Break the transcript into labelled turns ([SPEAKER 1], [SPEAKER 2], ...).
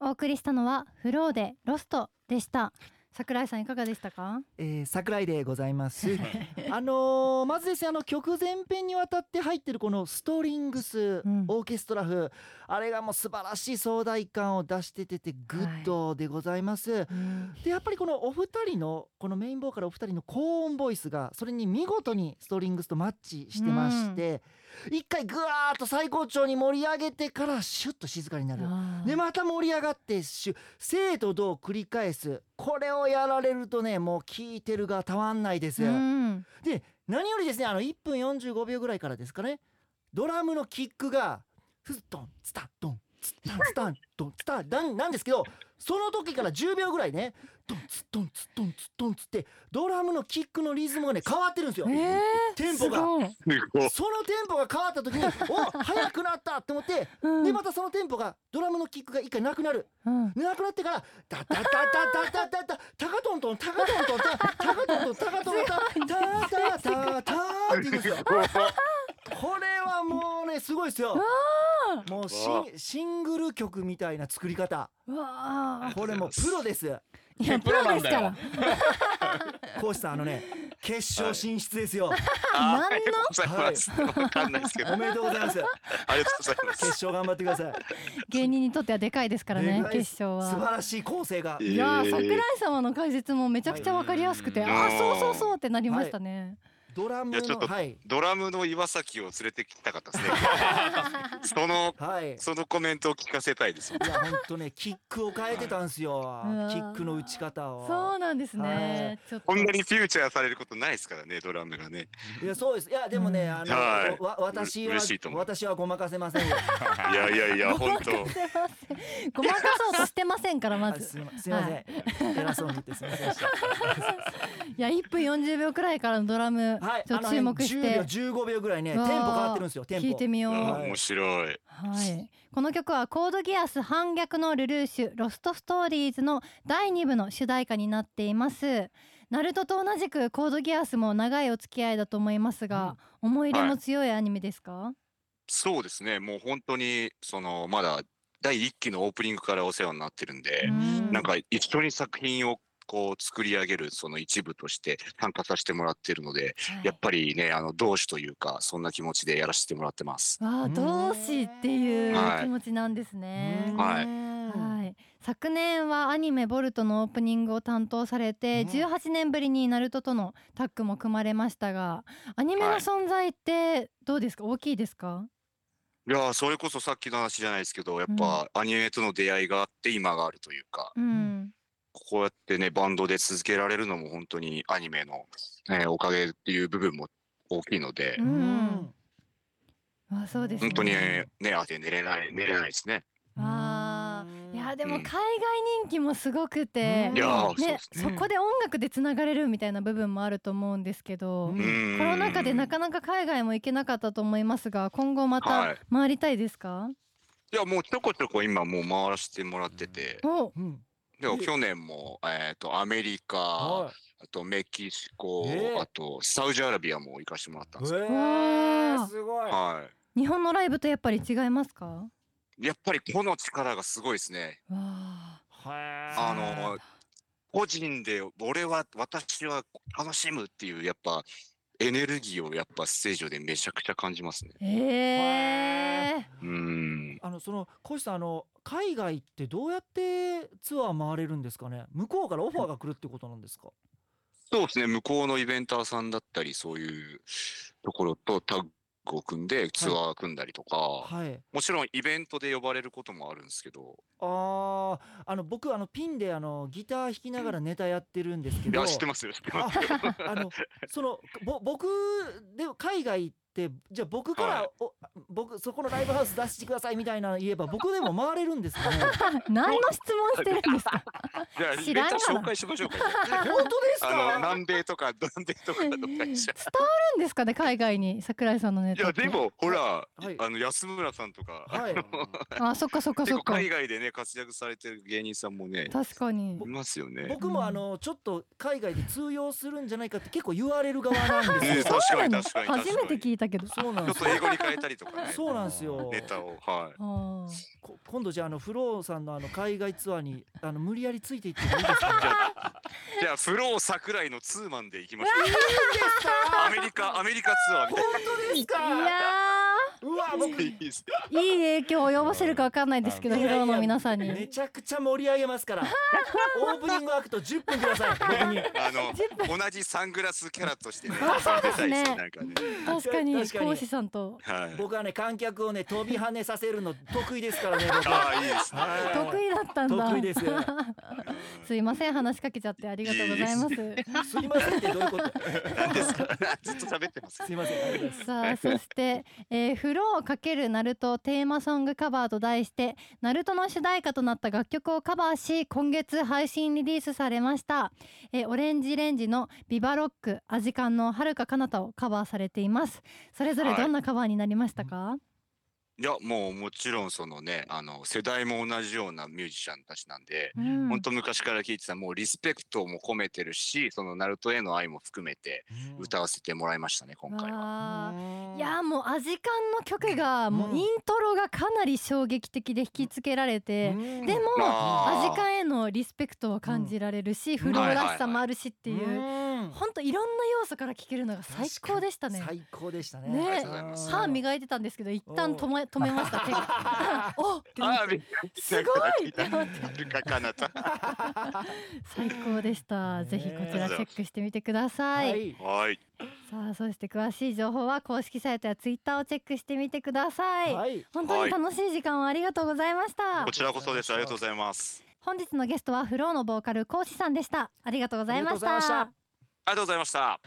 [SPEAKER 1] お送りしたのはフローでロストでした桜井さんいかがでしたか
[SPEAKER 2] えー、桜井でございます あのーまずですねあの曲全編にわたって入ってるこのストリングス、
[SPEAKER 1] うん
[SPEAKER 2] オーケストラ風あれがもう素晴らしい壮大感を出してててグッドでございます、でやっぱりこのお二人のこのメインボーカルお二人の高音ボイスがそれに見事にストリングスとマッチしてまして、一回ぐわーっと最高潮に盛り上げてからシュッと静かになるでまた盛り上がってしゅ生と同を繰り返すこれをやられるとねもう聞いてるがたまんないです、
[SPEAKER 1] うん
[SPEAKER 2] で何よりですねあの1分45秒ぐらいからですかねドラムのキックがフッドンツタドンツタンツタンドンツタダンなんですけどその時から10秒ぐらいねドンツドンツドンツドンツってドラムのキックのリズムがね変わってるんですよ、
[SPEAKER 1] え
[SPEAKER 2] テ
[SPEAKER 1] ー、
[SPEAKER 2] ンポ
[SPEAKER 1] す
[SPEAKER 2] が。
[SPEAKER 1] ごい、
[SPEAKER 3] ごい
[SPEAKER 2] そのテンポが変わった時にお早くなったって思って
[SPEAKER 1] うん
[SPEAKER 2] でまたそのテンポがドラムのキックが一回なくなる
[SPEAKER 1] うん
[SPEAKER 2] なくなってから「タタタタタタタタカトントンタカトントンタタカトントンタカトントンタタタタタ」って言うんですよ。これはもうねすごいですよ。もうシンシングル曲みたいな作り方
[SPEAKER 1] うわあ
[SPEAKER 2] これもうプロです。
[SPEAKER 1] いやプロですから
[SPEAKER 2] コウシさんあのね決勝進出ですよ。
[SPEAKER 1] 何
[SPEAKER 3] あー
[SPEAKER 1] の
[SPEAKER 3] ありがとうございます。わかんないですけど。
[SPEAKER 2] おめでとうございます。
[SPEAKER 3] ありがとうございま
[SPEAKER 2] 決
[SPEAKER 3] す。
[SPEAKER 2] 勝頑張ってください。
[SPEAKER 1] 芸人にとってはでかいですからね
[SPEAKER 2] 願い
[SPEAKER 1] 決勝
[SPEAKER 2] 素
[SPEAKER 1] は
[SPEAKER 2] 晴らしい構成が。
[SPEAKER 1] いやー
[SPEAKER 3] えー
[SPEAKER 1] 桜井様の解説もめちゃくちゃわかりやすくて、
[SPEAKER 3] はい
[SPEAKER 1] ああ
[SPEAKER 3] うん
[SPEAKER 1] そうそうそうってなりましたね、
[SPEAKER 2] ドラム
[SPEAKER 3] いやちょ
[SPEAKER 2] の
[SPEAKER 3] っと
[SPEAKER 2] はい
[SPEAKER 3] ドラムの岩崎を連れてきたかった ですね。その
[SPEAKER 2] はい。
[SPEAKER 3] そのコメントを聞かせたいです。
[SPEAKER 2] いや本当ねキックを変えてたんですよ。
[SPEAKER 1] わ
[SPEAKER 2] キックの打ち方を。
[SPEAKER 1] そうなんです
[SPEAKER 2] は
[SPEAKER 1] ねちょっと
[SPEAKER 3] こんなにフューチャーされることないですからね、ドラムがね。
[SPEAKER 2] いやそうですいやでもね、
[SPEAKER 1] うん
[SPEAKER 2] あの、
[SPEAKER 3] はい
[SPEAKER 2] わ私は
[SPEAKER 3] 嬉しいと思う
[SPEAKER 2] 私はごまかせませんよ。
[SPEAKER 3] いやいやいや、
[SPEAKER 1] ごま
[SPEAKER 3] 本
[SPEAKER 1] かせ
[SPEAKER 3] 当。
[SPEAKER 1] ませんごまかそうとしてませんからま
[SPEAKER 2] あ
[SPEAKER 1] ず
[SPEAKER 2] すみません、偉そうに言ってすみませんでした。
[SPEAKER 1] いや1分40秒くらいからのドラム、
[SPEAKER 2] はい、
[SPEAKER 1] ちょっと注目し
[SPEAKER 2] あのね
[SPEAKER 1] て
[SPEAKER 2] 10秒15秒ぐらいねテン
[SPEAKER 1] わ
[SPEAKER 2] ポ
[SPEAKER 1] ー
[SPEAKER 2] 変わってるんですよテンポ。
[SPEAKER 1] 聞いてみよう、
[SPEAKER 3] あ
[SPEAKER 2] はい
[SPEAKER 3] ー面白い。
[SPEAKER 1] はい、この曲はコードギアス反逆のルルーシュロストストーリーズの第2部の主題歌になっていますナルトと同じくコードギアスも長いお付き合いだと思いますが、思い入れも強いアニメですか、
[SPEAKER 3] そうですね、もう本当に、その、まだ第一期のオープニングからお世話になってるんで、
[SPEAKER 1] うん
[SPEAKER 3] なんか一緒に作品をこう作り上げるその一部として参加させてもらってるので、
[SPEAKER 1] はい
[SPEAKER 3] やっぱりね、あの同志というか、そんな気持ちでやらせてもらってます。
[SPEAKER 1] わあ同志っていう
[SPEAKER 3] はい
[SPEAKER 1] 気持ちなんですね、
[SPEAKER 3] はい
[SPEAKER 2] は
[SPEAKER 1] はい、昨年はアニメ「ボルト」のオープニングを担当されて
[SPEAKER 2] うん
[SPEAKER 1] 18年ぶりにナルトとのタッグも組まれましたがアニメの
[SPEAKER 3] はい
[SPEAKER 1] 存在ってどうですか大きいですか
[SPEAKER 3] いやーそれこそさっきの話じゃないですけど、やっぱアニメとの出会いがあって今があるというか、
[SPEAKER 1] うん、
[SPEAKER 3] こうやってね、バンドで続けられるのも本当にアニメの、えーおかげっていう部分も大きいので
[SPEAKER 1] う、ん
[SPEAKER 2] い。うん。
[SPEAKER 1] あそうですね
[SPEAKER 3] 本当にね、あて寝れない、寝れないですね。
[SPEAKER 1] あいやでも
[SPEAKER 3] う
[SPEAKER 1] 海
[SPEAKER 3] ん
[SPEAKER 1] 外人気もすごくて、
[SPEAKER 2] うん
[SPEAKER 3] いやーそう
[SPEAKER 1] ね
[SPEAKER 3] で、す
[SPEAKER 1] そ
[SPEAKER 2] ね
[SPEAKER 1] こで音楽でつながれるみたいな部分もあると思うんですけど、
[SPEAKER 2] うん
[SPEAKER 3] うん
[SPEAKER 1] コロナ禍でなかなか海外も行けなかったと思いますが今後ま
[SPEAKER 3] は
[SPEAKER 1] た
[SPEAKER 3] い
[SPEAKER 1] 回りたいですか、
[SPEAKER 3] いや、もうちょこちょこ今もう回らせてもらってて、
[SPEAKER 1] お
[SPEAKER 2] うん。
[SPEAKER 3] でも去年も、えっ、と、アメリカ、
[SPEAKER 2] は
[SPEAKER 3] あとメキシコ、
[SPEAKER 2] ええ
[SPEAKER 3] あとサウジアラビアも行かせてもらったん
[SPEAKER 2] い。
[SPEAKER 3] です
[SPEAKER 2] え
[SPEAKER 3] よ。
[SPEAKER 2] ー、すごい。
[SPEAKER 3] は
[SPEAKER 1] 日本のライブとやっぱり違いますかわ
[SPEAKER 3] い。やっぱり個の力がすごいですね。
[SPEAKER 1] あ
[SPEAKER 3] あ
[SPEAKER 2] あ
[SPEAKER 3] の、個人で俺は、私は楽しむっていう、やっぱ、エネルギーをやっぱステージ上でめちゃくちゃ感じますね。
[SPEAKER 1] えー、
[SPEAKER 3] うーん。
[SPEAKER 2] あのそのコウシさんあの海外ってどうやってツアー回れるんですかね。向こうからオファーが来るってことなんですか。
[SPEAKER 3] そうですね、向こうのイベンターさんだったり、そういうところとタッグを組んでツアー組んだりとか、
[SPEAKER 2] はい。
[SPEAKER 3] もちろんイベントで呼ばれることもあるんですけど、
[SPEAKER 2] ああ、あの僕あのピンであのギター弾きながらネタやってるんですけ
[SPEAKER 3] い
[SPEAKER 2] ど、
[SPEAKER 3] や、知ってますよ、知っ てます。
[SPEAKER 2] ああのそのぼ僕で海外ってじゃあ僕から、
[SPEAKER 3] はい
[SPEAKER 2] お僕そこのライブハウス出してくださいみたいなの言えば僕でも回れるんです かね。
[SPEAKER 1] 何の質問してるんですか
[SPEAKER 3] じゃあ、
[SPEAKER 1] 知
[SPEAKER 3] イ
[SPEAKER 1] ら
[SPEAKER 3] ベ
[SPEAKER 1] んが
[SPEAKER 3] ント
[SPEAKER 1] な
[SPEAKER 3] 紹介しましょうか。じゃあ
[SPEAKER 2] 本当です
[SPEAKER 3] あの
[SPEAKER 2] か。
[SPEAKER 3] 南米とか南米とかどっかにし
[SPEAKER 1] 伝
[SPEAKER 3] ちゃ
[SPEAKER 1] わるんですかね海外に桜井さんのネ
[SPEAKER 3] うい
[SPEAKER 1] タ
[SPEAKER 3] や
[SPEAKER 1] って
[SPEAKER 3] でもほら、
[SPEAKER 2] はい
[SPEAKER 3] あの安村さんとか、
[SPEAKER 2] はい。
[SPEAKER 1] あそっかそっか
[SPEAKER 3] 結
[SPEAKER 1] そっ
[SPEAKER 3] 構
[SPEAKER 1] か
[SPEAKER 3] 海外でね活躍されてる芸人さんもね
[SPEAKER 1] 確かに
[SPEAKER 3] いますよね。
[SPEAKER 2] 僕もあのちょっと海外で通用するんじゃないかって結構言われる側なんです
[SPEAKER 3] ね
[SPEAKER 2] よ。
[SPEAKER 3] 確かに
[SPEAKER 1] なの
[SPEAKER 3] 確かに確かに
[SPEAKER 1] 初めて聞いたけど。
[SPEAKER 2] そうなん
[SPEAKER 3] ち
[SPEAKER 2] で
[SPEAKER 3] ょっ
[SPEAKER 2] す
[SPEAKER 3] と
[SPEAKER 2] よ
[SPEAKER 3] 英語に変えたりとか ね
[SPEAKER 2] そうなんですよ
[SPEAKER 3] ネタをはい
[SPEAKER 1] あー
[SPEAKER 2] こ今度じゃああのフローさんのあの海外ツアーにあの無理やりついていってもいいですか、ね、
[SPEAKER 3] じゃあフロー桜井のツーマンで行きましょうアメリカアメリカツアーみたい
[SPEAKER 2] 当です
[SPEAKER 1] いや
[SPEAKER 2] うわ僕
[SPEAKER 3] ないいですね
[SPEAKER 1] ーいい影響を及ぼせるかわかんないですけど、
[SPEAKER 2] い
[SPEAKER 1] フ
[SPEAKER 2] やいや
[SPEAKER 1] ローの皆さんに。
[SPEAKER 2] めちゃくちゃ盛り上げま すからオープニングアクト10分ください僕に
[SPEAKER 3] あの同じサングラスキャラとしてね出たい ですねなんかね
[SPEAKER 1] 確かに、
[SPEAKER 2] 確かに
[SPEAKER 1] 講師さんと。
[SPEAKER 3] はい
[SPEAKER 2] 僕はね観客をね飛び跳ねさせるの得意ですからね 僕
[SPEAKER 3] ああいいですね
[SPEAKER 2] はい
[SPEAKER 1] 得意だったんだ。
[SPEAKER 2] 得 意です
[SPEAKER 1] すいません、話しかけちゃってありがとうございます。
[SPEAKER 2] すいませんってどういうこと
[SPEAKER 3] 何ですか ずっと喋ってます
[SPEAKER 2] すいませんありがとうございます
[SPEAKER 1] さあ、そして、えーフロー×ナルトテーマソングカバーと題して、ナルトの主題歌となった楽曲をカバーし、今月配信リリースされました。えーオレンジレンジのビバロック、アジカンの遥か彼方をカバーされています。それぞれどんなカバーになりましたか、
[SPEAKER 3] いやもうもちろんそのねあの世代も同じようなミュージシャンたちなんで、
[SPEAKER 1] うん
[SPEAKER 3] 本当昔から聴いてたもうリスペクトも込めてるしそのナルトへの愛も含めて歌わせてもらいましたね今回は。
[SPEAKER 1] わあ
[SPEAKER 2] うん
[SPEAKER 1] いやーもうアジカンの曲がもうイントロがかなり衝撃的で引きつけられて、
[SPEAKER 2] うん
[SPEAKER 1] でも
[SPEAKER 3] あ
[SPEAKER 1] ア
[SPEAKER 3] ー
[SPEAKER 1] ジカンへのリスペクトを感じられるし、フローらしさもあるしっていう、
[SPEAKER 2] うん
[SPEAKER 1] ほんといろんな要素から聴けるのが最高でしたね。
[SPEAKER 2] 最高でしたね
[SPEAKER 1] ね
[SPEAKER 3] ありがとうございます
[SPEAKER 1] 歯磨いてたんですけど一旦止め止めました手 がおっってな
[SPEAKER 3] あ
[SPEAKER 1] っ
[SPEAKER 3] ー
[SPEAKER 1] て
[SPEAKER 3] びっくり
[SPEAKER 1] すごいって思って
[SPEAKER 3] ルカ カナタ
[SPEAKER 1] 最高でした
[SPEAKER 2] ねえ
[SPEAKER 1] ぜひこちらチェックしてみてください、
[SPEAKER 3] はい
[SPEAKER 1] さあそして詳しい情報は公式サイトやツイッターをチェックしてみてください、
[SPEAKER 2] はい
[SPEAKER 1] 本当に楽しい時間をありがとうございました、
[SPEAKER 3] こちらこそですありがとうございます
[SPEAKER 1] 本日のゲストはフローのボーカルコウシさんでしたありがとうございまし
[SPEAKER 2] ありがとうございましたた
[SPEAKER 3] ありがとうございました